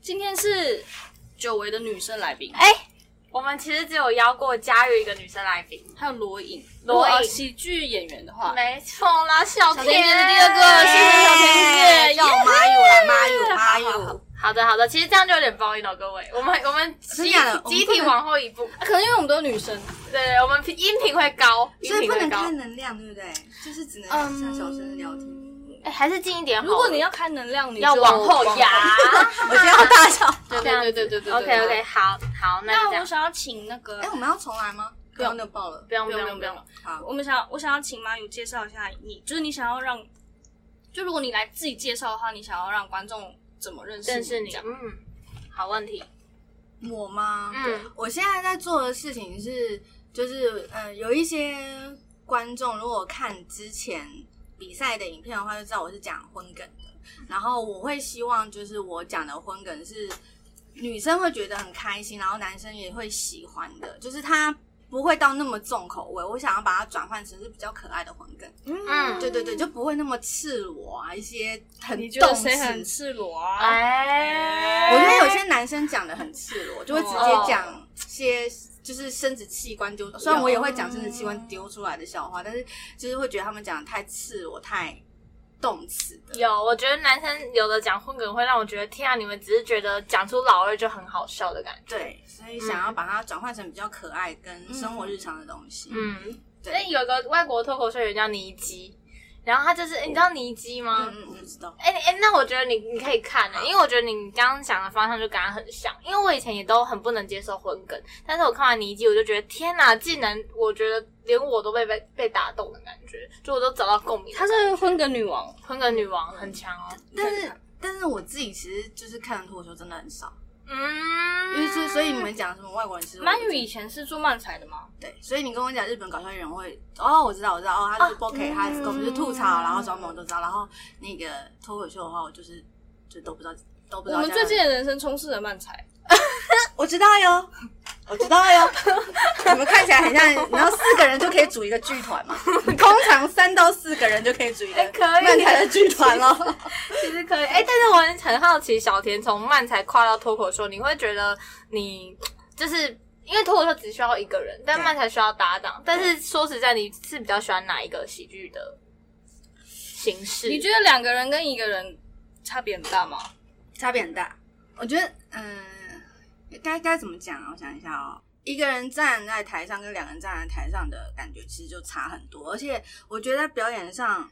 今天是久违的女生来宾，哎、我们其实只有邀过佳玉一个女生来宾，还有罗颖。罗颖如果喜剧演员的话，没错啦，小小甜甜哎甜甜是第二个，谢谢小甜甜，叫耶我妈妈有啦，妈有，妈好好好有。好的好的，其实这样就有点报应了，各位，我们我们集真的假的集我们不体能往后一步，啊可能因为我们都是女生，对，我们音频会高，音所以频不会能高，开能量，对不对？就是只能像小声聊天。哎，还是近一点好了。如果你要开能量，你要就往后压。 我今天要大笑。对对对对对对对 OK OK，好好，那这那我样想要请那个哎，，我们要重来吗？不用刚刚那个爆了不。用不不用不用用不不用用，，好，我们想要我想要请妈友介绍一下你，就是你想要让，就如果你来自己介绍的话，你想要让观众怎么认识认识这你，样嗯，好问题，我吗？嗯，我现在在做的事情是，就是呃，有一些观众如果看之前比赛的影片的话，就知道我是讲婚梗的。嗯然后我会希望，就是我讲的婚梗是女生会觉得很开心，然后男生也会喜欢的，就是他不会到那么重口味。我想要把它转换成是比较可爱的婚梗，嗯对对对，就不会那么赤裸啊，一些很你觉得动谁很情。赤裸啊？哎，我觉得有些男生讲的很赤裸，就会直接讲些就是生殖器官丢，虽然我也会讲生殖器官丢出来的笑话，但是就是会觉得他们讲的太赤裸、太动词的。有，我觉得男生有的讲混梗会让我觉得，天啊，你们只是觉得讲出老二就很好笑的感觉。对，所以想要把它转换成比较可爱跟生活日常的东西。嗯，对，那对，有个外国脱口秀演员叫尼基，然后他就是，你知道尼基吗？嗯嗯，我不知道。哎、你哎、那我觉得你你可以看的、因为我觉得你刚刚讲的方向就跟他很像，因为我以前也都很不能接受混梗，但是我看完尼基，我就觉得天哪，竟然我觉得连我都被被被打动的感觉，就我都找到共鸣。她是婚梗女王，混梗女王很强哦，但是但是我自己其实就是看的脱口秀真的很少，因嗯，为所以所以你们讲什么外国人其实我曼不玉知道以前是做漫才的吗？对，所以你跟我讲日本搞笑艺人我会，哦，我知道，我知道，哦，他就是 bok，、他嗯我们就是吐槽，然后装萌都知道，然后那个脱口秀的话，我就是就都不知道，都不知我道。们最近，的人生充斥着漫才，我知道哟，我知道哟，你们看起来很像，然后四个人就可以组一个剧团嘛，通常三到四个人就可以组一个哎可以漫才的剧团了。其实可以，哎、但是我很很好奇，小田从漫才跨到脱口秀，你会觉得你就是因为脱口秀只需要一个人，但对漫才需要搭档。但是说实在，你是比较喜欢哪一个喜剧的形式？你觉得两个人跟一个人差别很 大吗？差别很大。我觉得，嗯、该该怎么讲啊？我想一下哦。一个人站在台上跟两个人站在台上的感觉其实就差很多，而且我觉得在表演上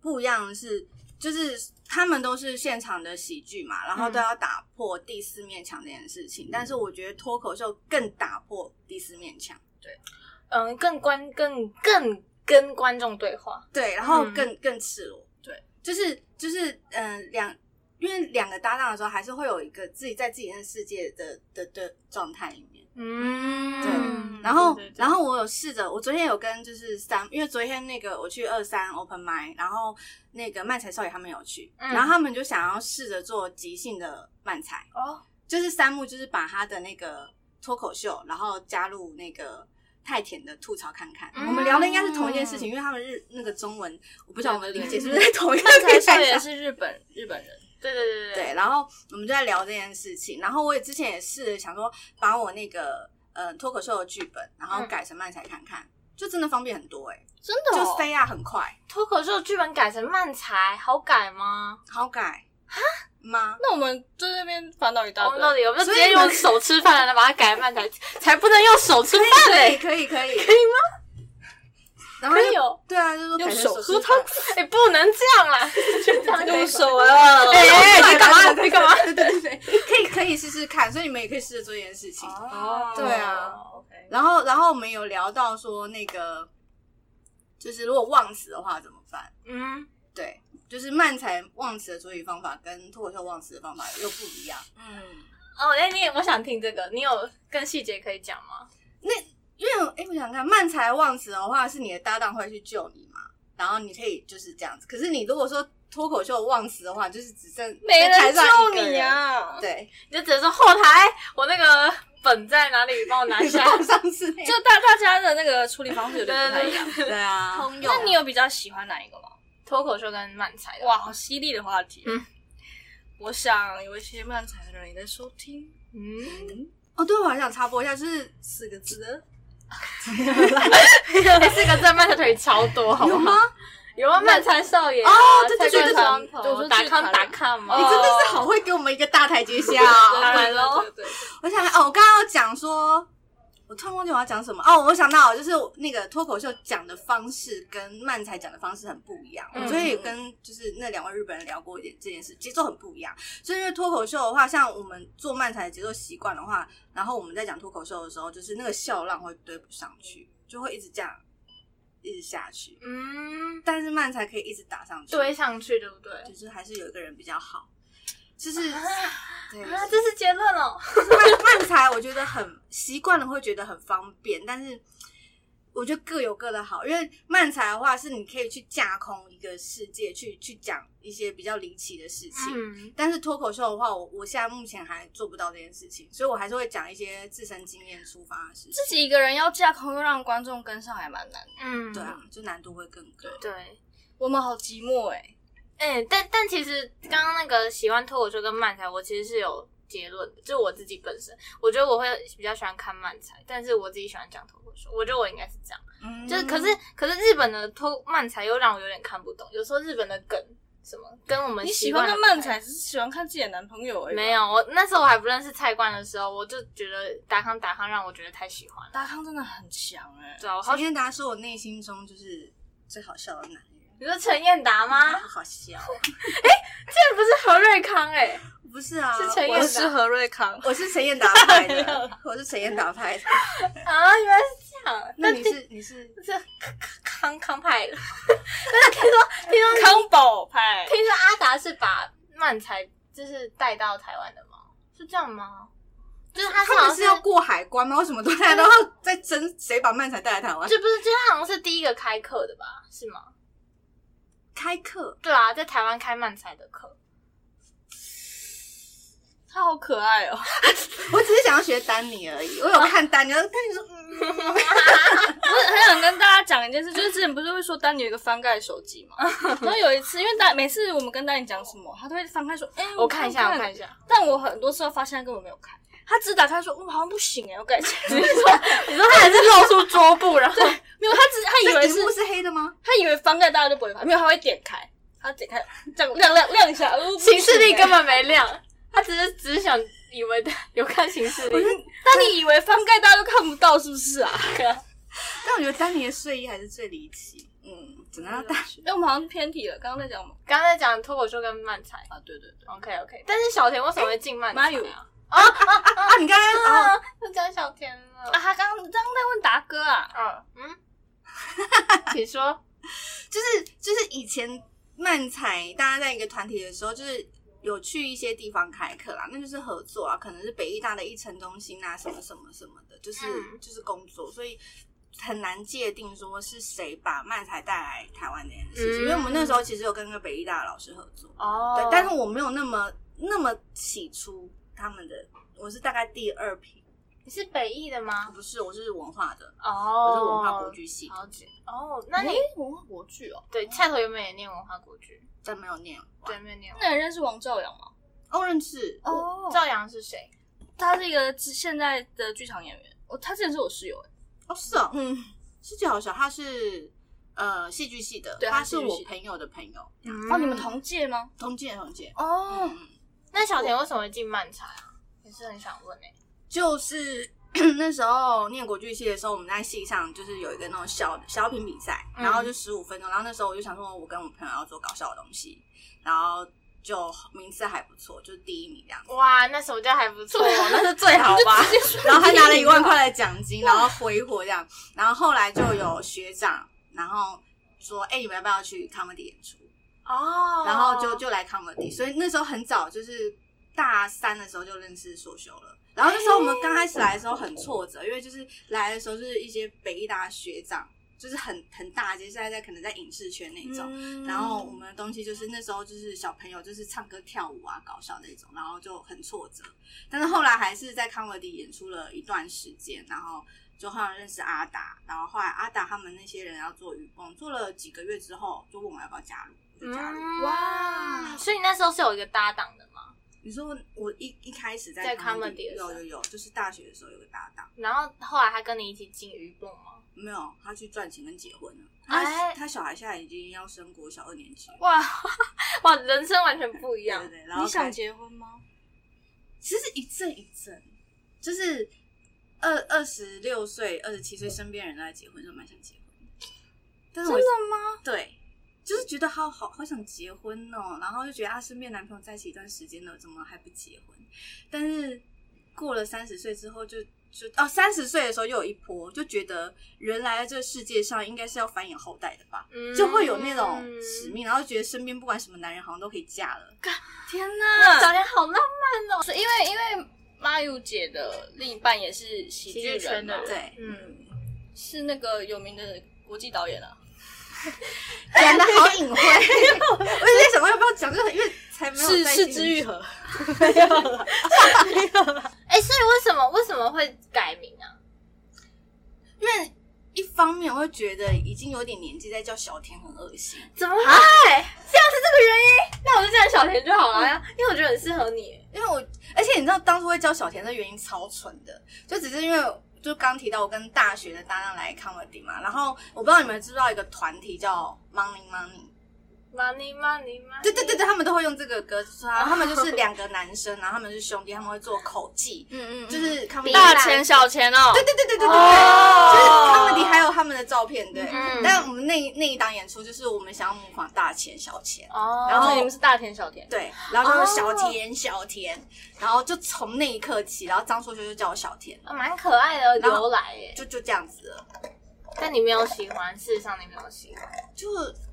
不一样的是，就是他们都是现场的喜剧嘛，然后都要打破第四面墙这件事情，但是我觉得脱口秀更打破第四面墙。嗯，更观更更跟观众对话，对，然后嗯更、更赤裸，对，就是就是嗯、呃两，因为两个搭档的时候，还是会有一个自己在自己的世界的的的状态里面。嗯，对然后对对，对然后我有试着，我昨天有跟就是三，因为昨天那个我去二三 open m i 然后那个漫才少爷他们有去，嗯然后他们就想要试着做即兴的漫才，哦，就是三木就是把他的那个脱口秀，然后加入那个太田的吐槽看看。嗯我们聊的应该是同一件事情，因为他们日那个中文，我不知道我们理嗯对解对对是不是在同一个漫才平少台爷上。是日本日本人，对对对对对，然后我们就在聊这件事情。然后我也之前也试着想说，把我那个呃脱口秀的剧本，然后嗯改成漫才看看，就真的方便很多哎、真的就哦。飞啊很快，脱口秀剧本改成漫才，好改吗？好改哈 吗？那我们在这边烦恼一大我堆们。到底有没有直所以接你们用手吃饭来把它改成漫才，才不能用手吃饭嘞、可以可以可以可以吗？然后就可以哦对啊，就用说改成手吃喝饭汤 哎、不能这样 啦！用手啊！哎、哎哎，你干嘛？对你干嘛？？对对对，对可以可以试试看，所以你们也可以试着做这件事情。哦对啊，OK，然后，然后我们有聊到说那个，就是如果忘词的话怎么办？嗯，对，就是漫才忘词的处理方法跟脱口秀忘词的方法又不一样。嗯，哦，哎、你也我想听这个，你有更细节可以讲吗？因为哎，我想想看漫才忘词的话，是你的搭档会去救你嘛，然后你可以就是这样子。可是你如果说脱口秀忘词的话，就是只剩没在台人上一个救你人！啊！对，你就只能说后台我那个本在哪里，帮我拿你下。 像上次那 就样大大家的那个处理方式有点不太一样。对啊，通那你有比较喜欢哪一个吗？脱口秀跟漫才的哇，好犀利的话题。嗯我想有一些漫才的人也在收听，嗯，哦，对，我还想插播一下，就是四个字的，哎四个字漫才腿超多，好不有吗好？？有啊，漫才少爷啊哦对对对蔡对冠昌对对对打我说剧康团打康嘛，你真的哦是好会给我们一个大台阶下对 哦！当然咯对对对对我想哦，我刚刚要讲说，我突然忘记我要讲什么哦。我想到就是那个脱口秀讲的方式跟漫才讲的方式很不一样，嗯我所以跟就是那两位日本人聊过一点这件事，节奏很不一样。所以因为脱口秀的话，像我们做漫才的节奏习惯的话，然后我们在讲脱口秀的时候，就是那个笑浪会堆不上去，就会一直这样一直下去。嗯，但是漫才可以一直打上去，堆，上去对不对？就是还是有一个人比较好，就是、对。啊，这是结论哦。慢慢才我觉得很习惯了，会觉得很方便，但是我觉得各有各的好。因为慢才的话，是你可以去架空一个世界，去去讲一些比较离奇的事情。嗯，但是脱口秀的话，我我现在目前还做不到这件事情，所以我还是会讲一些自身经验出发的事情。自己一个人要架空又让观众跟上，还蛮难的。嗯，对啊，就难度会更高。对。我们好寂寞哎、哎、但但其实刚刚那个喜欢脱口秀跟漫才，我其实是有结论的，就我自己本身，我觉得我会比较喜欢看漫才，但是我自己喜欢讲脱口秀，我觉得我应该是这样。嗯就是可是可是日本的脱漫才又让我有点看不懂，有时候日本的梗什么跟我们你喜惯欢看的漫才，只是喜欢看自己的男朋友而已。没，有，我那时候我还不认识菜冠的时候，我就觉得达康达康让我觉得太喜欢了。达康真的很强哎、对啊，我好今天大家是我内心中就是最好笑的男人，你说陈彦达吗？好好笑。这不是何瑞康哎、不是啊，是陈彦我达是何瑞康，我是陈彦达 派的，我是陈彦达派的。啊，原来是这样。那你是你是这康康康派的，但是听说听说康宝派。听说阿达是把漫才就是带到台湾的吗？是这样吗？就是他是他好像们是要过海关吗？为什么都大家都要在争谁把漫才带来台湾？就不是，就是他好像是第一个开课的吧？是吗？开课对啊，在台湾开漫才的课。他好可爱哦！ 我只是想要学丹尼而已。我有看丹尼，丹尼说嗯 我很想跟大家讲一件事，就是之前不是会说丹尼有一个翻盖手机 嘛？然后有一次，因为丹每次我们跟丹尼讲什么，他都会翻开说：“哎、我看看一下，我看一下。但我很多次都发现他根本没有看，他只打开说：“嗯，好像不行哎、我改一下。你说他还是露出桌 布，然后 没有，他只他以这为荧是幕是黑的吗？ 他以为翻盖大家就不会翻，没有，他会点开，他点开这样亮亮亮一下，呃行事力根本没亮，他只是只是想以为他 有看行事我力觉。得，但你以为翻盖大家都看不到是不是啊？但我觉得丹尼的睡衣还是最离奇。嗯，整个大哎、我们好像偏题了，刚刚在讲什么刚才讲脱口秀跟漫才啊？对对对， ，OK OK。但是小田为什么会进漫才马友啊？啊！你刚刚哦，啊，又讲小田了啊，。他刚刚刚在问达哥啊，嗯嗯，请说。就是就是以前漫才，大家在一个团体的时候，就是有去一些地方开课啦，那就是合作啊，可能是北艺大的一城中心啊，什么什么什么的，就是、嗯就是工作，所以很难界定说是谁把漫才带来台湾这件事情。嗯因为我们那时候其实有跟一个北艺大的老师合作，哦对，但是我没有那么那么起初他们的，我是大概第二批，你是北艺的吗？不是，我是文化的，哦我是文化国。剧哎系，了解。哦，那你诶文化国剧哦，对菜头原本也念文化国剧，但没有念对，完。没有念文。那你认识王兆阳吗？哦，认识哦赵阳是谁？他是一个现在的剧场演员，我他之前是我室友哎、哦，是哦，嗯，是最好笑，他是呃戏剧系的，对他他是是戏剧系我朋友的朋友，哦，你们同届吗？同届同届。哦嗯，那小田为什么会进漫才啊？也是很想问哎。就是 那时候念国剧系的时候，我们在系上就是有一个那种小小品比赛，嗯然后就十五分钟，然后那时候我就想说，我跟我朋友要做搞笑的东西，然后就名次还不错，就是第一名这样子。哇，那什么叫还不错？对啊 那是最好 吧？然后还拿了一万块的奖金，然后挥霍这样。然后后来就有学长，然后说：“哎、你们要不要去 comedy 演出？”哦然后就就来 comedy，所以那时候很早，就是大三的时候就认识所修了。然后那时候我们刚开始来的时候很挫折，因为就是来的时候就是一些北艺大学长，就是很很大街，现在在可能在影视圈那种。嗯然后我们的东西就是那时候就是小朋友就是唱歌跳舞啊搞笑那种，然后就很挫折。但是后来还是在 comedy 演出了一段时间，然后就后来认识阿达，然后后来阿达他们那些人要做雨崩，做了几个月之后就问我要不要加入，我就加入。嗯哇所以你那时候是有一个搭档的吗？你说我一一开始在在 comedy comedy 的时候有有有，就是大学的时候有个搭档，然后后来他跟你一起进鱼梦 吗？没有他去赚钱跟结婚了，哎他他小孩现在已经要升国小二年级了，哇嗯哇，人生完全不一对样对。对，然后你想开结婚吗？其实一阵一阵，就是二二十六岁、二十七岁，身边人都在结婚，就蛮想结婚的。但是我吗？对，就是觉得好好好想结婚哦，然后就觉得啊，身边男朋友在一起一段时间了，怎么还不结婚？但是过了三十岁之后就，就哦，三十岁的时候又有一波，就觉得人来到这个世界上应该是要繁衍后代的吧，嗯就会有那种使命，然后觉得身边不管什么男人好像都可以嫁了。嗯天早嗯哪！点好浪是因为因为妈友姐的另一半也是喜喜剧剧圈人嘛的人，对，嗯，是那个有名的国际导演啊。讲的好隐晦，我 也在想要不要讲这个，因为才没有是在是心里之愈合，哎，所以为什么为什么会改名啊？因为一方面我会觉得已经有点年纪，在叫小甜很恶心。怎么会？这样是这个原因？啊那我就叫你小田就好了呀，因为我觉得很适合你。因为我，而且你知道当初会叫小甜的原因超蠢的，就只是因为就刚提到我跟大学的搭档来 comedy 嘛，然后我不知道你们知不知道一个团体叫 Money Money， Money money money，对对对对，他们都会用这个歌，就是他他们就是两个男生，然后他们是兄弟，他们会做口技，嗯嗯就是 comedy 大钱钱小钱哦，对对对对对对对，哦就是他们里还有他们的照片，对。嗯但我们那一那一档演出就是我们想要模仿大钱小钱，哦，然后你们是大田小田，对，然后就是哦小甜小甜，然后就从那一刻起，然后张硕修就叫我小甜，啊蛮可爱的然后由来耶。就就这样子了，但你没有喜欢，事实上你没有喜欢。就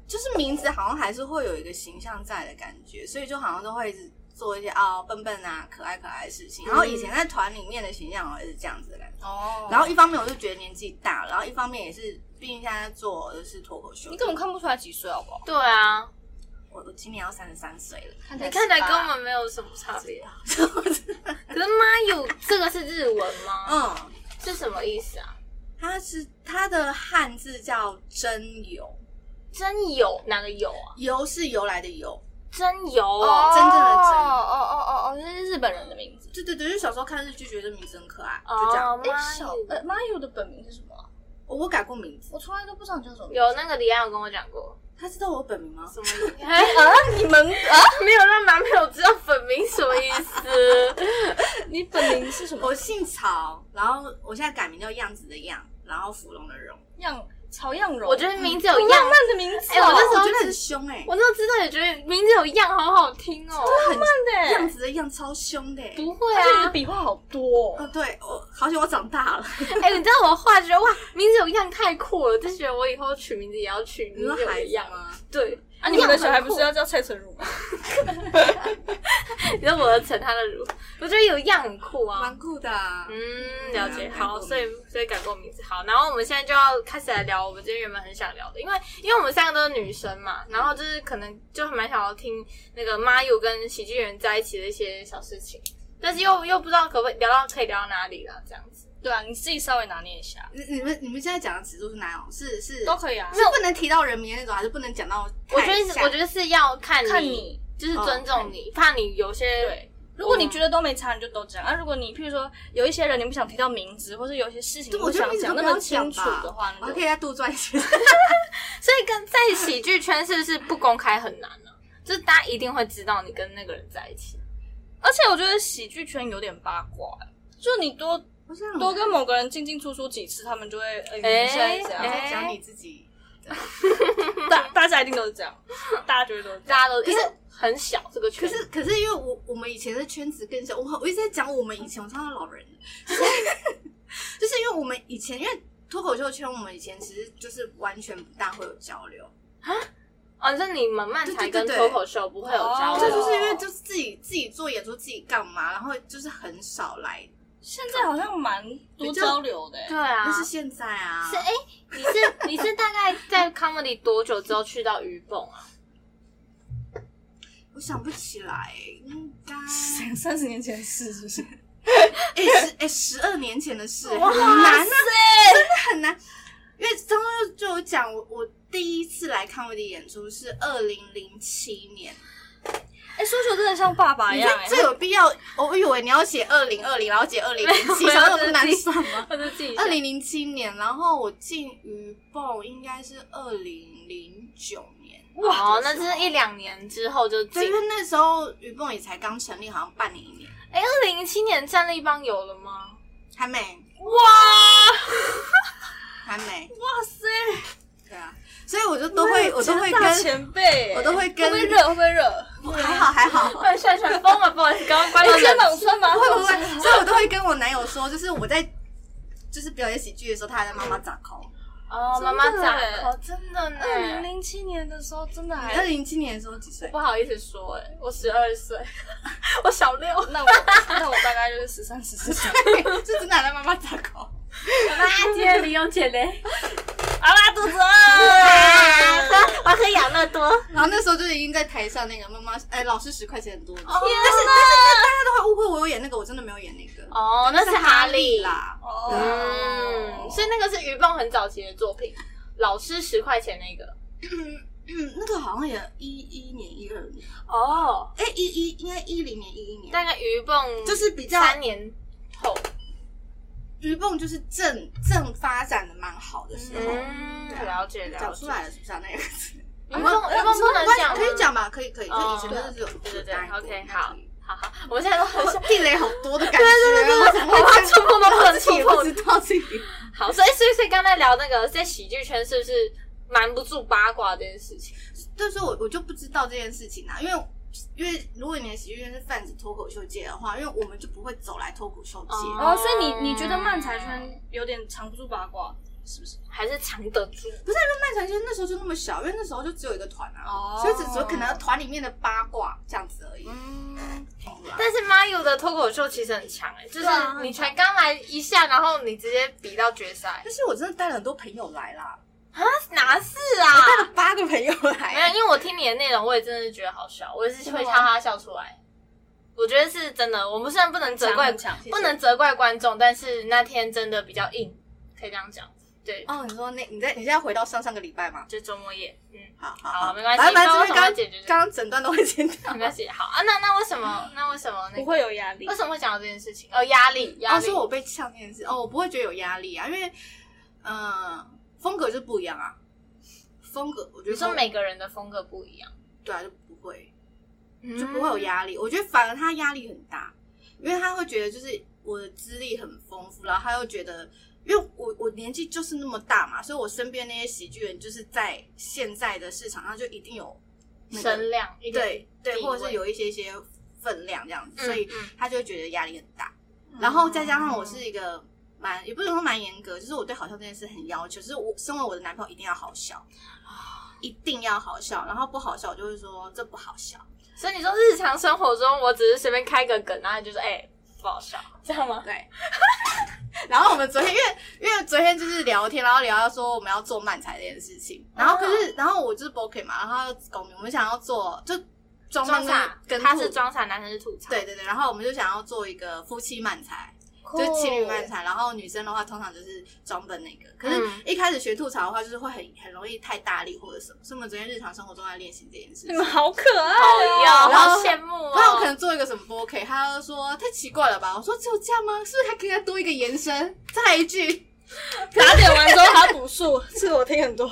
就是名字好像还是会有一个形象在的感觉，所以就好像都会一直做一些啊、笨笨啊可爱可爱的事情，然后嗯以前在团里面的形象好像也是这样子的感觉，哦然后一方面我就觉得年纪大了，然后一方面也是毕竟现在在做的是脱口秀，你根本看不出来几岁好不好？对啊，我我今年要三十三岁了，你看起来18跟我们没有什么差别。可是妈有这个是日文吗？嗯，是什么意思啊？它是它的汉字叫真由，真有哪个有啊？由是由来的由。真有哦，哦真正的真哦哦哦哦，这是日本人的名字。对对对，就小时候看日剧，觉得名字很可爱，就这样。哦，妈小有呃，Mayu 的本名是什么啊？我我改过名字，我从来都不知道你叫什么名字。有那个李安有跟我讲过他知道我本名吗？什么意思？哎啊你们啊， 没有让男朋友知道本名什么意 思？你本名是什么我？姓曹，然后我现在改名叫样子的样，然后芙蓉的蓉。样曹样柔，我觉得名字好有浪样漫，的名字哦。哎我那时候我觉得很凶哎、我那时候知道也觉得名字有样好好听哦。很真的样耶，子的样超凶的、欸。不会而且你啊的，笔画好多哦哦。，对，我好久我长大了。哎、你知道我画觉得哇，名字有样太酷了，就觉得我以后取名字也要取你名说字有孩子样。吗？对，啊，你们的小孩不是要叫蔡成儒吗？你知道我的成他的乳，我觉得有样很酷啊。蛮酷的、啊。嗯，了解。嗯好，改过名字所以所以改过名字。好，然后我们现在就要开始来聊我们今天原本很想聊的，因为因为我们三个都是女生嘛，然后就是可能就蛮想要听那个妈友跟喜剧人在一起的一些小事情，但是又又不知道可不可以聊到可以聊到哪里了，这样子。对啊，你自己稍微拿捏一下你你们你们现在讲的尺度是哪种？是是都可以啊。是不能提到人名的那种，还是不能讲到我太觉下？得我觉得是要看看你，就是尊重你，怕你有些对如果你觉得都没差，你就都讲。啊，如果你譬如说有一些人你不想提到名字，或是有一些事情你对，我不觉得想名字讲都那不要么清讲楚吧的话，你我还就可以再杜撰一 些。所以跟在喜剧圈是不是不公开很难呢、就是大家一定会知道你跟那个人在一起。而且我觉得喜剧圈有点八卦，就你多我想我多跟某个人进进出出几次，他们就会哎，哎你现在怎样？哎在讲你自己。 大大家一定都是这样，大家觉得都是这样。大家都因为很小这个可圈，是可是因为我我们以前的圈子更小，我我一直在讲我们以前，我超像老人，就是 就是因为我们以前因为脱口秀圈，我们以前其实就是完全不大会有交流，哦，就是你们漫才对对跟对脱口秀不会有交哦流，这就是因为就是自己自己做演出，自己干嘛，然后就是很少来，现在好像蛮多交流的欸、对啊那。是现在啊，是哎、你是你是大概在 comedy 多久之后去到鱼蹦啊？我想不起来，应该 三十年前的事是不是？哎十哎十二年前的事，很难啊，真的很难。因为张佑就有讲，我我第一次来看我的演出是二零零七年， 哎、诉求真的像爸爸一你样这欸，这有必要？我以为你要写二零二零，然后写二零零七，没有想那么难算吗？或者自己想 二零零七年，然后我进鱼蹦应该是二零零九年，哦，那是一两年之后就进对，因。为那时候鱼蹦也才刚成立，好像半年一年，哎，二零一七年战力帮有了吗？还没，哇还没，哇塞，对啊，所以我就都会，我都会大跟，前辈欸，我都会跟会不会热？会不会热？还好还好，快旋旋风了，不好意思，刚刚关哎，键肩膀酸吗？会不会？所以我都会跟我男友说，就是我在就是表演喜剧的时候，他还在妈妈掌控。哦，妈妈长哎哦，真的二零呢。零七年的时候真的还二零零七年的时候 几岁？不好意思说，哎，我十二岁， 我小六，那我那我大概就是十三、十四岁。就真的还在妈妈掌控。妈接零用钱 嘞，好啦，肚子饿。我喝养乐多。然后那时候就已经在台上那个妈妈，哎、老师十块钱很多。但是天大家都会误会我有演那个，我真的没有演那个。哦，那是哈利。啦。哦哦嗯，所以那个是鱼蹦很早期的作品，老师十块钱那个。嗯，那个好像也一一年、一二年，哦，哎、一一应该一零年、一一年。大概鱼蹦就是比较三年后。鱼蹦就是正正发展的蛮好的时候，嗯，了解了讲解出。来了是不是啊？那个字？鱼蹦哎鱼蹦不能讲，可以。讲吧？可以可以，就哦以前就是有对对对答应过，OK，那好可以好好，我们现在都很想地雷好多的感觉，对对对，我怕触碰到不能自己也触不碰知道自己。好，所以所以所以刚才聊那个在喜剧圈是不是瞒不住八卦这件事情？ 但是我我就不知道这件事情啊，因为因为如果你的喜剧圈是泛指脱口秀界的话，因为我们就不会走来脱口秀界，哦，所以你你觉得漫才圈有点藏不住八卦，是不是？还是藏得住？漫才圈那时候就那么小，因为那时候就只有一个团啊，哦所以只只有可能团里面的八卦这样子而已。嗯，但是 Mayu 的脱口秀其实很强哎、就是对啊你才刚来一下，然后你直接比到决赛，但是我真的带了很多朋友来啦，哪是我带啊？了八个朋友没来，有，因为我听你的内容，我也真的是觉得好笑，我也是会哈哈笑出来。我觉得是真的，我们虽然不能责怪很强很强不能责怪观众，但是那天真的比较硬，可以这样讲。对，哦，你说那你在你现在回到上上个礼拜吗？就周末夜，嗯。好好好没关系反正不这知道为什么边要刚解决这个刚刚整段都会剪掉。没关系，好啊，那那为什么？那为什么那不个？会有压力为。什么会讲到这件事情？哦，压力，压他力。说我被呛这件事，哦，我不会觉得有压力啊，因为，呃，风格就不一样啊，风格我觉你得说风每个人的风格不一样，对啊就不会，嗯就就不会有。压力。我觉得反而他压力很大，因为他会觉得就是我的资历很丰富，然后他又觉得。因为我我年纪就是那么大嘛，所以我身边那些喜剧人就是在现在的市场上就一定有、那个声量，一个对对，地或者位是有一些一些分量这样子，嗯所以嗯他就会觉得压力很大。然后再加上我是一个蛮，也不能说蛮严格，就是我对好笑这件事很要求，就是我身为我的男朋友一定要好笑，啊一定要好笑，然后不好笑我就会说这不好笑，所以你说日常生活中，我只是随便开个梗，然后你就说哎不好笑，这样吗？对。 然后我们昨天因为因为昨天就是聊天，然后聊到说我们要做漫才这件事情，然后可嗯是、然后我就是 Boki 嘛，然后他就搞明我们想要做就装装傻傻，跟他吐是装傻，男生是吐槽。对，对对，然后我们就想要做一个夫妻漫才，酷就是哦情侣漫才，然后女生的话通常就是装笨那个。可嗯是，一开始学吐槽的话，就是会很很容易太大力或者什么，所以我们昨天日常生活中在练习这件事你情。们好可爱哎呦，哦！然好后羡慕嗯哦。 不然我可能做一个什么不 OK，他就说太奇怪了吧？我说只有这样吗？是不是还可以再多一个延伸？再来一句，做打点完之后还要补 数，这个我听很多。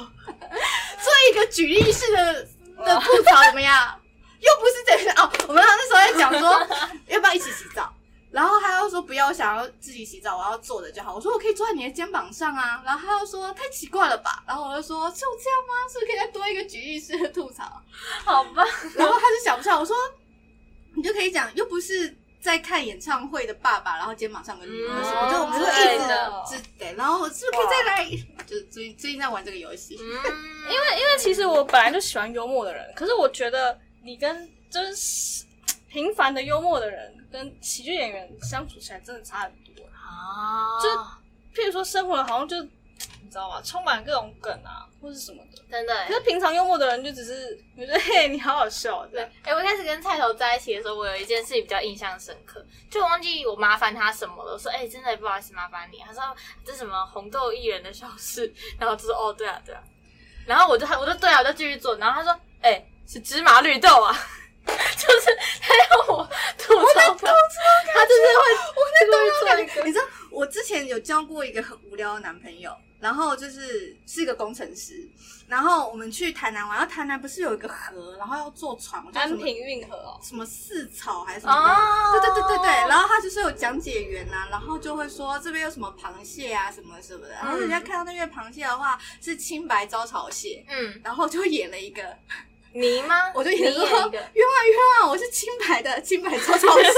一个举例式的的吐槽怎么样？ 又不是这样哦。我们那时候在讲 说要不要一起洗澡，然后他又说不要，我想要自己洗澡，我要坐着就好。我说我可以坐在你的肩膀上啊，然后他又说太奇怪了吧，然后我就说就这样吗？是不是可以再多一个举例式的吐 槽？好 吧，然后他就想不下，我说你就可以讲，又不是在看演唱会的爸爸，然后肩膀上有女儿什么，嗯就我们就对一的直只对，然后我是不是可以再来？就是最近最近在玩这个游戏，嗯，因为因为其实我本来就喜欢幽默的人，可是我觉得你跟就是平凡的幽默的人跟喜剧演员相处起来真的差很多。啊，就譬如说生活好像就你知道吗，充满各种梗啊或是什么的。真的欸可是平常幽默的人就只是我觉得 嘿你好好笑，对，对哎、，我一开始跟菜头在一起的时候，我有一件事情比较印象深刻，就我忘记我麻烦他什么了。我说，哎、真的不好意思麻烦你。他说这什么红豆薏仁的小事，然后我就说，哦，对啊，对啊。然后我就我就对啊，我就继续做。然后他说，哎、是芝麻绿豆啊。 就是他要我吐槽他，他就是会，我在你知道我之前有交过一个很无聊的男朋友，然后就是是一个工程师，然后我们去台南玩，然后台南不是有一个河，然后要坐船，我叫什安么平运河哦，什么四草还是什么的。哦，对对对对对，然后他就是有讲解员呐、然后就会说这边有什么螃蟹啊什么什么的，然后嗯人家看到那边螃蟹的话是青白招潮蟹，嗯，然后就演了一个，你吗？我就你演说冤枉一个。冤枉，我是青白的青白招潮蟹，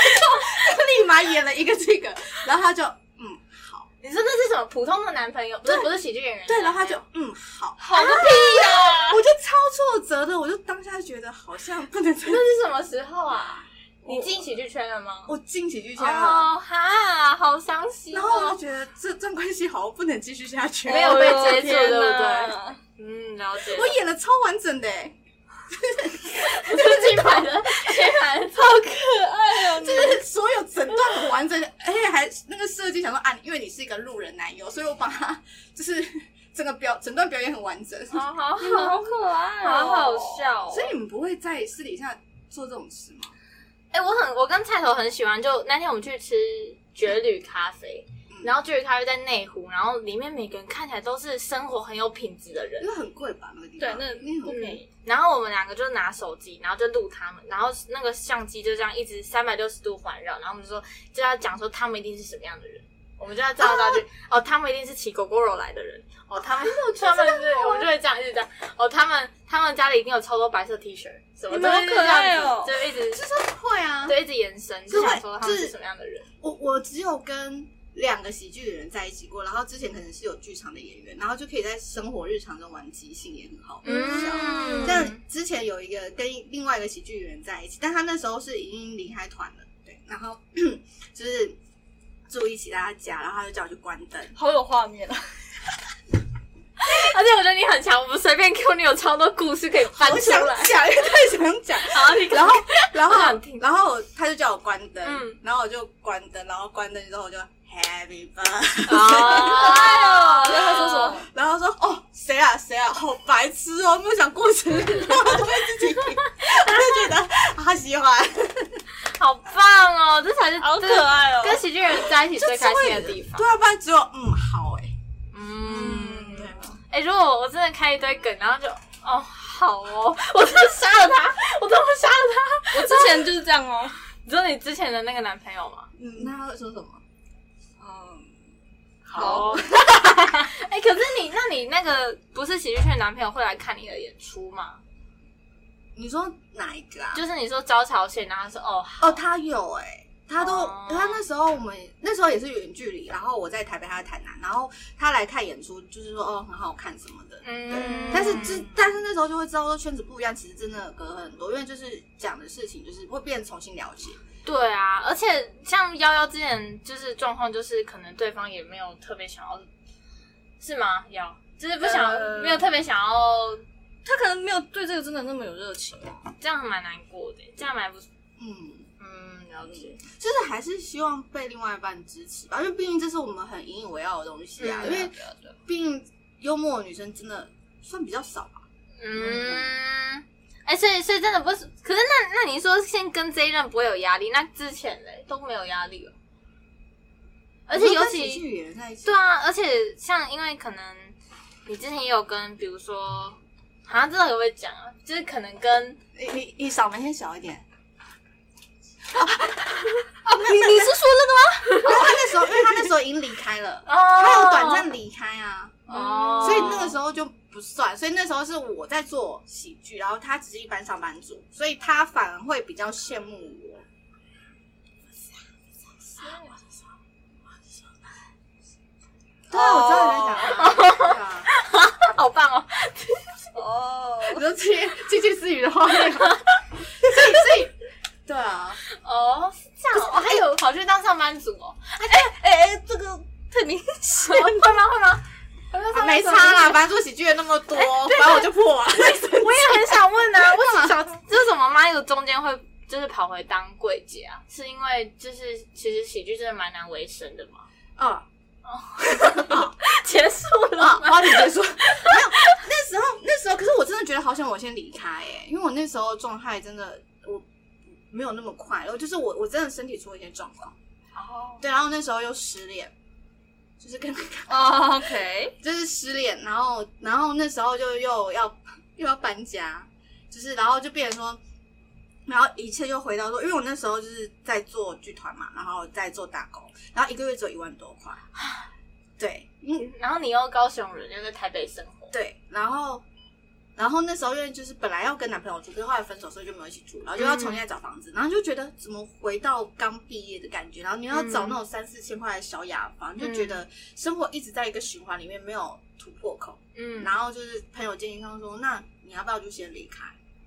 立马演了一个这个，然后他就嗯好，你说那是什么普通的男朋友？不是不是喜剧演员。对，然后他就嗯好，好个屁呀！我就超挫折的，我就当下觉得好像不能再，那是什么时候啊？你我进喜剧圈了吗？我进喜剧圈了，哦哈，好伤心然后我哦就。觉得这段关系好像不能继续下去，没有被接住天对不哪？嗯，了解。我演的超完整的、欸。我是 金牌的，金牌的。嗯欸就是所有整段很完整，而且还那个设计想说啊，因为你是一个路人男友，所以我把它就是整个表整段表演很完整。好好你们好，好可爱哦，好好笑哦。所以你们不会在私底下做这种事吗？哎、我很，我跟菜头很喜欢，就那天我们去吃绝旅咖啡，嗯然后绝旅咖啡在内湖，然后里面每个人看起来都是生活很有品质的人因。为很贵吧，那个地对方。，那因为不很便宜，然后我们两个就拿手机，然后就录他们，然后那个相机就这样一直三百六十度环绕，然后我们就说就要讲说他们一定是什么样的人，我们就要照来 照去，哦，他们一定是骑狗狗肉来的人，哦，他们他们对，我们就会这样一直这样，哦，他们他们家里一定有超多白色 T 恤，什么你都们好是可这爱样哦子，就一直就是会啊。对一直延伸，就就会想说他们就是是什么样的人。我我只有跟两个喜剧的人在一起过，然后之前可能是有剧场的演员，然后就可以在生活日常中玩即兴，也很好玩。嗯但之前有一个跟另外一个喜剧人在一起，但他那时候是已经离开团了，对，然后 就是住一起在他家，然后他就叫我去关灯，好有画面啊！而且我觉得你很强，我们随便 Q 你有超多故事可以翻我出想来。讲，太想讲，好， 你然后然我想后听然后他就叫我关灯，嗯然后我就关灯，然后关灯之后我就 Happy Birthday，哎哦，然后他说什么？ 然后说哦谁啊谁啊，好白痴哦，没有想过生日，然后我就会自己听，我就觉得啊他喜欢，好棒哦，这才是好可爱哦这跟喜剧人在一起最开心的地方对。啊，不然只有嗯好哎、嗯，对。哎、如果我真的开一堆梗，然后就哦好哦， 我真的杀了他，我真的杀了他。我之前就是这样哦，你知道你之前的那个男朋友吗？嗯，那他会说什么？嗯， 好哦。哎、可是你，那你那个不是喜剧圈的男朋友会来看你的演出吗？你说哪一个啊？就是你说招潮线，然后他说哦好哦，他有哎、他都、哦他那时候我们那时候也是远距离，然后我在台北，他在台南，然后他来看演出，就是说哦很好看什么的。嗯但是这但是那时候就会知道说圈子不一样，其实真的隔很多，因为就是讲的事情就是会变重新了解。对啊，而且像幺幺之前就是状况，就是可能对方也没有特别想要，是吗？幺就是不想、呃没有特别想要，他可能没有对这个真的那么有热情哦。这样蛮难过的，这样蛮不嗯，嗯了解，就是还是希望被另外一半支持吧，因为毕竟这是我们很引以为傲的东西啊，嗯因为对啊对啊毕竟幽默的女啊生真的算比较少吧。嗯，哎、所以所以真的不是，可是那那你说先跟这一任不会有压力，那之前嘞都没有压力了，哦而且你说尤跟喜其剧演员在一起，对啊，而且像因为可能你之前也有跟，比如说好像这个会不会讲啊？就是可能跟。你你你嗓门先小一点。 你你是说因为他那时候，因为他那时候已经离开了，哦，他有短暂离开啊，哦，所以那个时候就不算。所以那时候是我在做喜剧，然后他只是一般上班族，所以他反而会比较羡慕我。对啊，我知道你在讲啊。候好棒哦，哦，我就窃窃窃私语的画面，所以所以对啊，哦是这样哦，我还有跑去当上班族哦，哎哎，这个太明显会，吗会吗？啊没差啦，反正做喜剧的那么多，反正我就破啊。 我也很想问啊，为什么小就是怎么妈又中间会就是跑回当柜姐啊？是因为就是其实喜剧真的蛮难为生的嘛？啊，结束了啊，吗？ 啊 话题结束。没有，那时时候，那时候，可是我真的觉得好想我先离开哎、因为我那时候状态真的我没有那么快乐，就是我我真的身体出了一些状况，哦对，然后那时候又失恋，就是跟哦，OK， 就是失恋，然后然后那时候就又要又要搬家，就是然后就变成说，然后一切又回到说，因为我那时候就是在做剧团嘛，然后在做打工，然后一个月只有一万多块，对，嗯，然后你又高雄人，又在台北生活，对，然后然后那时候因为就是本来要跟男朋友住，可是后来分手，所以就没有一起住，然后就要嗯重新再找房子，然后就觉得怎么回到刚毕业的感觉，然后你要嗯找那种三四千块的小雅房，就觉得生活一直在一个循环里面没有突破口。嗯，然后就是朋友建议他说，那你要不要就先离开？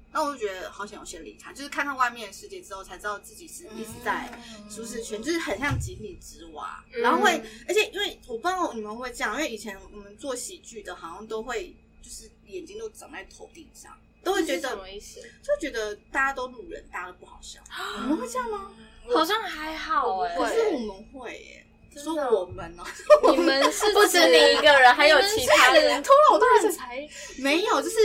那我就觉得好想我先离开，就是看到外面的世界之后，才知道自己是一直在舒适圈，就是很像井底之蛙，嗯然后会，而且因为我不知道你们会这样，因为以前我们做喜剧的，好像都会就是眼睛都长在头顶上，都会觉这是得什么意思？啊就觉觉得大家都路人，大家都不好笑，你们会这样吗？好像还好哎、我可会是我们会耶，真说的我们哦，你们 是不止你一个人，还有你们其他是人。 突然我突然想才没有，就是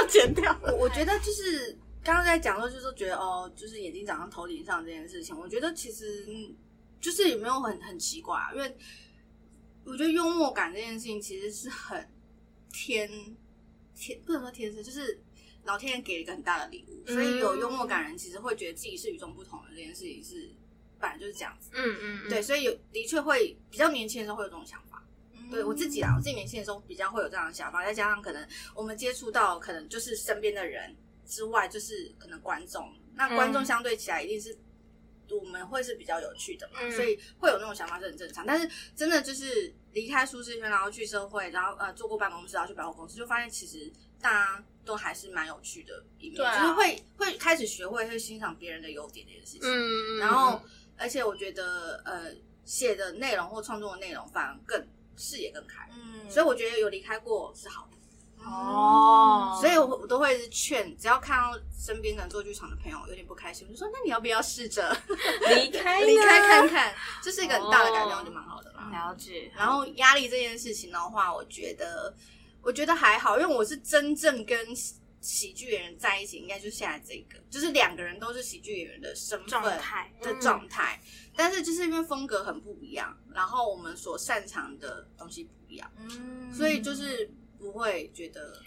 要剪掉。我我觉得就是刚刚在讲说，就是觉得哦，就是眼睛长到头顶上这件事情，我觉得其实嗯就是也没有很很奇怪、啊，因为我觉得幽默感这件事情其实是很天天不能说天生，就是老天爷给了一个很大的礼物，所以有幽默感的人其实会觉得自己是与众不同的这件事情是本来就是这样子。嗯嗯，嗯对，，所以有的确会比较年轻的时候会有这种想法。嗯对我自己啦，我自己年轻的时候比较会有这样的想法，再加上可能我们接触到可能就是身边的人之外，就是可能观众，那观众嗯相对起来一定是我们会是比较有趣的嘛，嗯所以会有那种想法是很正常。但是真的就是离开舒适圈，然后去社会，然后呃做过办公室，然后去百货公司，就发现其实大家都还是蛮有趣的一面，对啊就是会会开始学会会欣赏别人的优点这件事情。嗯，嗯然后，而且我觉得，呃，写的内容或创作的内容反而更视野更开，嗯所以我觉得有离开过是好的。哦，所以我我都会劝，只要看到身边可能做剧场的朋友有点不开心，我就说：“那你要不要试着离开呢离开看看？”这是一个很大的改变，我觉得蛮好的啦。了解，然后压力这件事情的话，我觉得我觉得还好，因为我是真正跟喜喜剧演员在一起，应该就是现在这个，就是两个人都是喜剧演员的身份状态嗯的状态，但是就是因为风格很不一样，然后我们所擅长的东西不一样，嗯所以就是不会觉得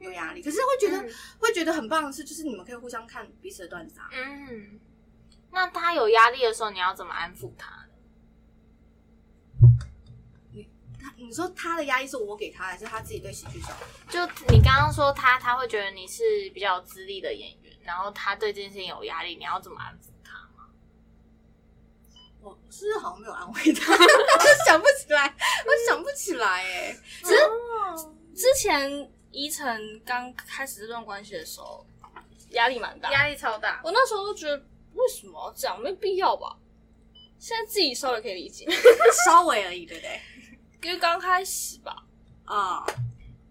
有压力，可是会觉得、嗯会觉得很棒的是，就是你们可以互相看彼此的段子啊。嗯，那他有压力的时候，你要怎么安抚他？他你说他的压力是我给他，还是他自己对喜剧上？就你刚刚说他，他会觉得你是比较有资历的演员，然后他对这件事情有压力，你要怎么安抚他？我是不是好像没有安慰他？我想不起来， 我想不起来哎、只是之前依晨刚开始这段关系的时候，压力蛮大。力超大，我那时候都觉得为什么要这样，没必要吧。现在自己稍微可以理解，稍微而已，对不对？因为刚开始吧，啊、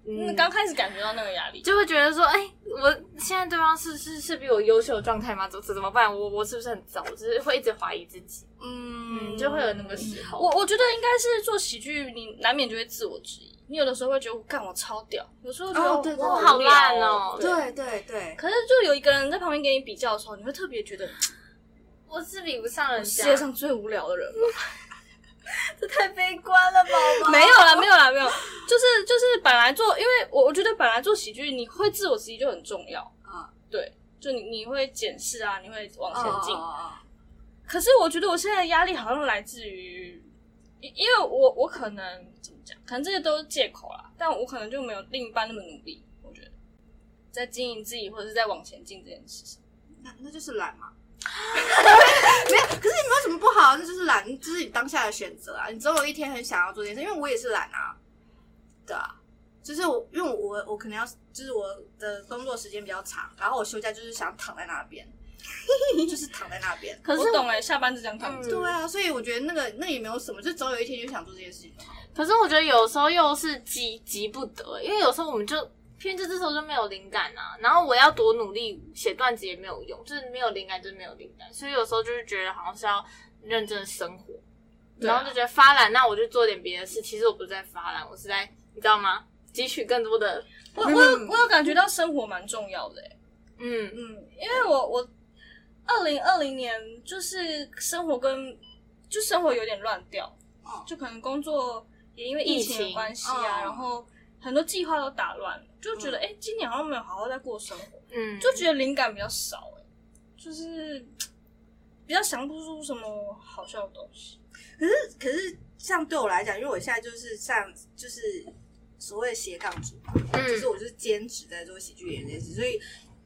嗯，刚开始感觉到那个压力，就会觉得说，哎、我现在对方是是是比我优秀的状态吗？怎怎怎么办？我我是不是很糟？我就是会一直怀疑自己，嗯，嗯，就会有那个时候。我我觉得应该是做喜剧，你难免就会自我质疑。你有的时候会觉得我干我超屌，有时候觉得哦我对对我对好好无聊烂哦对。对对对，可是就有一个人在旁边给你比较的时候，你会特别觉得我是比不上人世家，界上最无聊的人吧。这太悲观了，宝 宝。没有啦，没有啦，没有，就是就是本来做，因为我我觉得本来做喜剧，你会自我质疑就很重要，嗯啊，对，就你你会检视啊，你会往前进。嗯哦可是我觉得我现在的压力好像来自于，因因为我我可能怎么讲，可能这些都是借口啦，但我可能就没有另一半那么努力，我觉得在经营自己或者是在往前进这件事情。那那就是懒嘛。没有，可是也没有什么不好，那就是懒，这是你当下的选择啊。你总有一天很想要做这件事，因为我也是懒啊，对啊，就是我，因为我我我可能要，就是我的工作时间比较长，然后我休假就是想躺在那边，就是躺在那边。可是我懂哎、下班就这样躺着。嗯对啊，所以我觉得那个那也没有什么，就总有一天就想做这件事情。可是我觉得有时候又是急急不得，因为有时候我们就偏就这时候就没有灵感啊。然后我要多努力写段子也没有用，就是没有灵感就是没有灵感，所以有时候就是觉得好像是要认真的生活，对啊然后就觉得发懒，那我就做点别的事。其实我不是在发懒，我是在你知道吗？汲取更多的，我我有我有感觉到生活蛮重要的、欸，嗯，嗯，因为我我二零二零年就是生活跟就生活有点乱掉，哦就可能工作也因为疫疫情的情关系啊，哦嗯然后很多计划都打乱了，就觉得哎、诶今年好像没有好好在过生活，嗯，就觉得灵感比较少、诶就是嘖比较想不出什么好笑的东西。可是像对我来讲，因为我现在就是像就是所谓的斜杠族嘛，嗯就是我就是兼职在做喜剧演员这件事，所以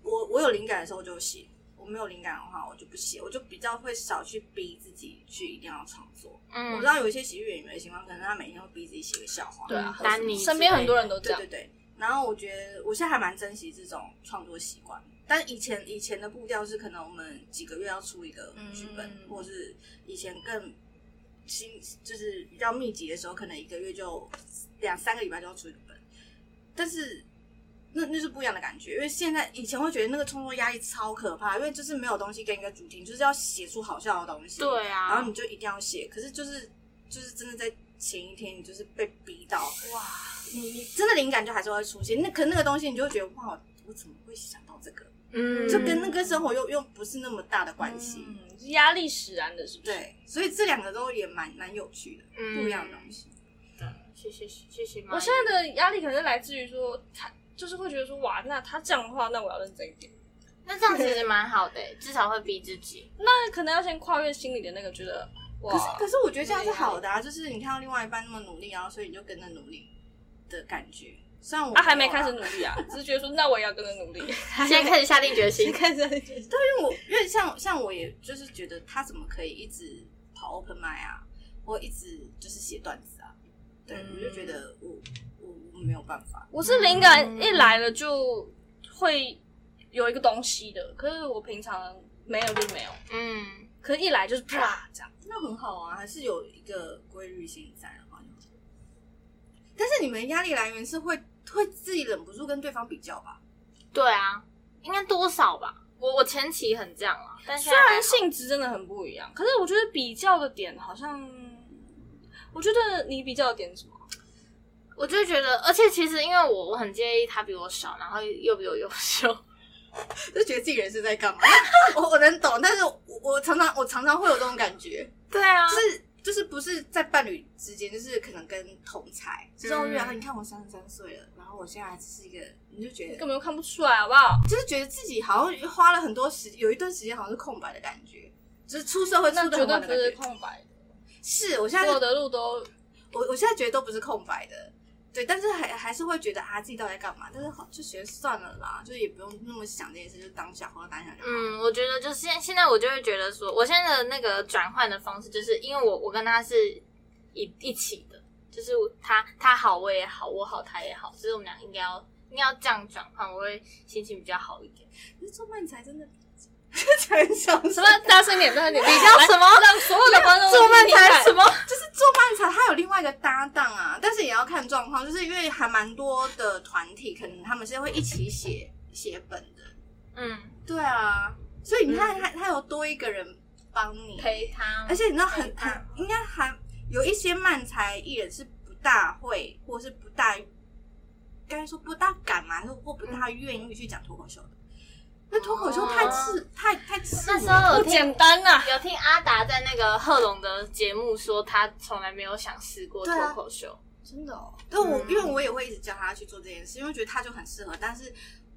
我我有灵感的时候我就写，我没有灵感的话我就不写，我就比较会少去逼自己去一定要创作。我嗯知，道有一些喜剧演员的情况，可能他每天会逼自己写个笑话，对啊，丹尼身边很多人都这对样对，对。然后我觉得我现在还蛮珍惜这种创作习惯，但以前以前的步调是可能我们几个月要出一个剧本，嗯或是以前更新就是比较密集的时候，可能一个月就两三个礼拜就要出一个本，但是。那那是不一样的感觉，因为现在以前会觉得那个创作压力超可怕，因为就是没有东西给你一个主题，你就是要写出好笑的东西。对啊然后你就一定要写，可是就是就是真的在前一天，你就是被逼 到哇，你你真的灵感就还是会出现，那可那个东西你就会觉得哇，我怎么会想到这个？嗯，就跟那个生活又又不是那么大的关系。嗯压力使然的，是不是？对，所以这两个都也蛮蛮有趣的，嗯不一样的东西。谢谢谢谢妈咪，我现在的压力可能是来自于说，他就是会觉得说，哇，那他这样的话，那我要认真一点。那这样其实蛮好的欸，至少会逼自己，那可能要先跨越心里的那个觉得，哇，可是可是我觉得这样是好的啊，就是你看到另外一半那么努力，然后所以你就跟着努力的感觉。虽然我啊还没开始有啊努力啊，只是觉得说，那我也要跟着努力。现在开始下定决心，开始觉得，因为我因为像像我也就是觉得他怎么可以一直跑 open m i 啊，或一直就是写段子啊，对、嗯我就觉得我我我没有办法。我是灵感一来了就会有一个东西的，可是我平常没有就没有，嗯，可是一来就是啪这样。那很好啊，还是有一个规律性在的话就好。但是你们压力来源是会会自己忍不住跟对方比较吧？对啊，应该多少吧，我我前期很这样啊，但现虽在还然好性质真的很不一样，可是我觉得比较的点好像，我觉得你比较的点是什么？我就觉得，而且其实因为我我很介意他比我少，然后又比我优秀，就觉得自己人是在干嘛？ 我我能懂，但是我我常常我常常会有这种感觉，对啊，就是就是不是在伴侣之间，就是可能跟同才，就是我觉得、啊你看我三十三岁了，然后我现在还只是一个，你就觉你得根本就看不出来，好不好？就是觉得自己好像花了很多时，有一段时间好像是空白的感觉，就是出社会出那绝的很对晚的不感是觉。空白的，是我现所在有的路都我我现在觉得都不是空白的，对，但是还还是会觉得啊自己到底在干嘛，但是好就觉得算了啦，就也不用那么想这件事，就当小或当小就好。嗯，我觉得就是现现在我就会觉得说，我现在的那个转换的方式，就是因为我我跟他是一一起的，就是他他好我也好，我好他也好，就是我们俩应该要应该要这样转换，我会心情比较好一点。可是做漫才真的 很小什声，么？大声点，大声点！比比较什么让所有的观众做漫才什什么？就是做漫才，他有另外一个搭档啊，但是也要看状况，就是因为还蛮多的团体，可能他们是会一起写写本的，嗯，对啊，所以你嗯看他他有多一个人帮你陪他，而且你知道很陪很伴应该还有一些漫才艺人是不大会，或是不大，该说不大敢嘛，还是或不大嗯愿意去讲脱口秀的。那脱口秀太刺，太太刺哦那了。时候不有听简单呐、有听阿达在那个贺龙的节目说，他从来没有想试过对脱啊口秀。真的哦，对我，嗯因为我也会一直教他去做这件事，因为觉得他就很适合。但是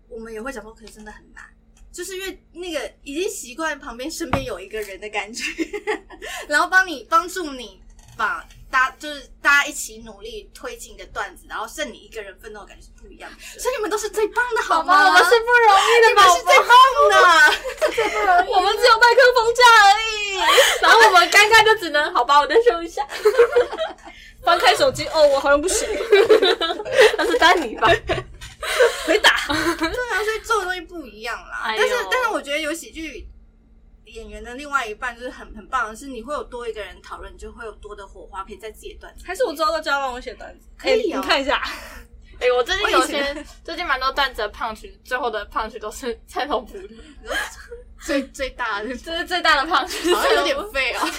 我们也会讲说，可是真的很难，就是因为那个已经习惯旁边身边有一个人的感觉， 然后帮你帮助你把大就是大家一起努力推进的段子，然后剩你一个人奋斗的感觉是不一样的。所以你们都是最棒的，好宝吗？宝，我们是不容易的，你们宝是宝最。棒的。我们只有麦克风架而已。 然后我们尴尬就只能好吧，我再修一下。翻开手机，哦，我好像不行，那是丹尼吧？回答。对啊，所以做的东西不一样啦。哎呦但是，但是我觉得有喜剧演员的另外一半就是很很棒的是，你会有多一个人讨论，你就会有多的火花，可以在自己的段子。还是我知道大家让我写单子，可以哦哎你看一下。哎、我最近有我以些最近蛮多段子的胖曲，最后的胖曲都是菜头补的，你说 最最大的， 这是最大的胖曲， 啊好像有点废哦。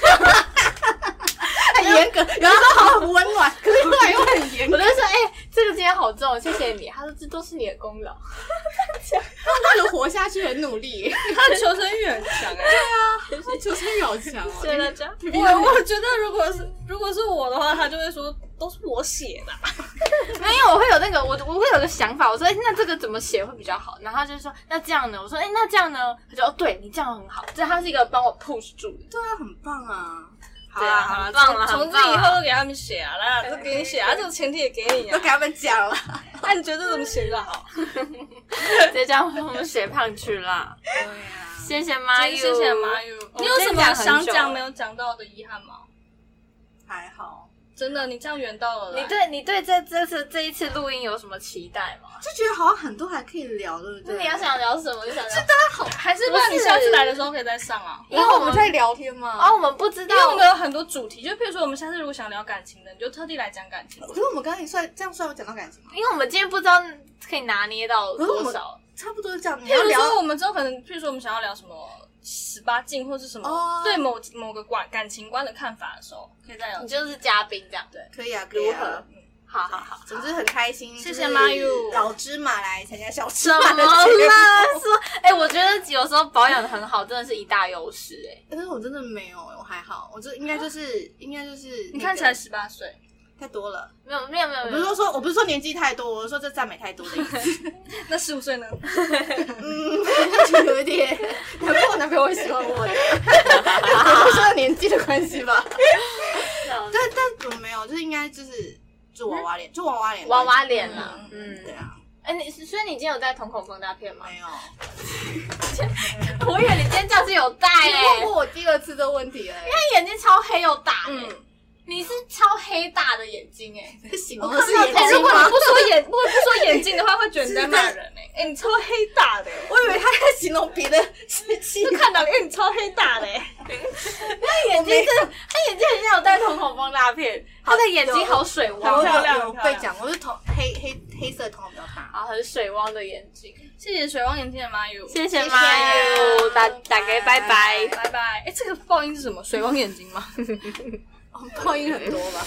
很严格，有的时候好像很温暖，可是后来又很严我。就说，哎、这个今天好重，谢谢你。他说这都是你的功劳。为了活下去很努力，他的求生欲很强哎、求生欲好强 哦。谢谢大家。我我觉得如果是如果是我的话，他就会说都是我写的啊， 没有，我会有那个，我我会有个想法，我说、哎，那这个怎么写会比较好？然后他就说那这样呢？我说哎、那这样呢？他就哦，对你这样很好，这他是一个帮我 push 住的。对啊，很棒啊！好啦好啦，很棒了，从很此棒以后啦都给他们写啊，来啊，都给你写啊，这种前提也给你都啊给，他们讲了，那你觉得怎么写比较好？ 直接这样我们写胖去啦。对啊，谢谢妈其友，实谢谢马友，我你们有什么想今天讲很久讲了没有讲到的遗憾吗？还好，真的，你这样远到了啦，你对你对这这次这一次录音有什么期待吗？就觉得好像很多还可以聊，对不那对？你要想聊什么就想聊。还是不然你下次来的时候可以再上啊。因为我们在聊天嘛。哦，我们不知因为道，我们有很多主题，就譬如说我们下次如果想聊感情的，你就特地来讲感情。可是我们刚才算这样算有讲到感情吗？因为我们今天不知道可以拿捏到多少。差不多是这样。你譬要如聊说我们之后可能，譬如说我们想要聊什么十八禁或是什么哦对某某个观感情观的看法的时候，可以再聊你。就是嘉宾这样，可以啊，可以啊。好好好。总之很开心，谢谢就是马友老芝麻来参加小芝怎么麻的节目。啦？说，哎、我觉得有时候保养的很好，真的是一大优势、哎，但是我真的没有，欸我还好，我这应该就是应该就是那个你看起来十八岁，太多了。没有，没有，没有，我没不是有。说说，我不是说年纪太多，我是说这赞美太多的意思。那十五岁 呢？ 嗯，就有一点，难怪我男朋友会喜欢 我的，可能是我年纪的关系吧。但但我嗯没有，就是应该就是就娃娃脸，就娃娃脸，娃娃脸啦嗯对啊，哎、你所以你今天有戴瞳孔放大片吗？没有。我以为你今天这样是有戴、你哎问，过我第二次的问题了，他眼睛超黑又大、哎、嗯，你是超黑大的眼睛、哎，不行，我我看是到眼哎、如睛果你吗不？说 眼，如果不说眼睛的话，会觉得你在骂人 哎、哎、你超黑大的、欸，我以为他在形容别的事情就，看到哎、你超黑大的、欸，眼睛他眼睛很像有戴瞳孔放大片，他的眼睛好水好汪，漂亮有有漂被亮讲，我是头黑黑黑色瞳孔比较大。啊，很水汪的眼睛。谢谢水汪眼睛的马友，谢谢谢谢妈友，打打给拜拜。拜拜。哎、这个爆音是什么？水汪眼睛吗？报应很多吧？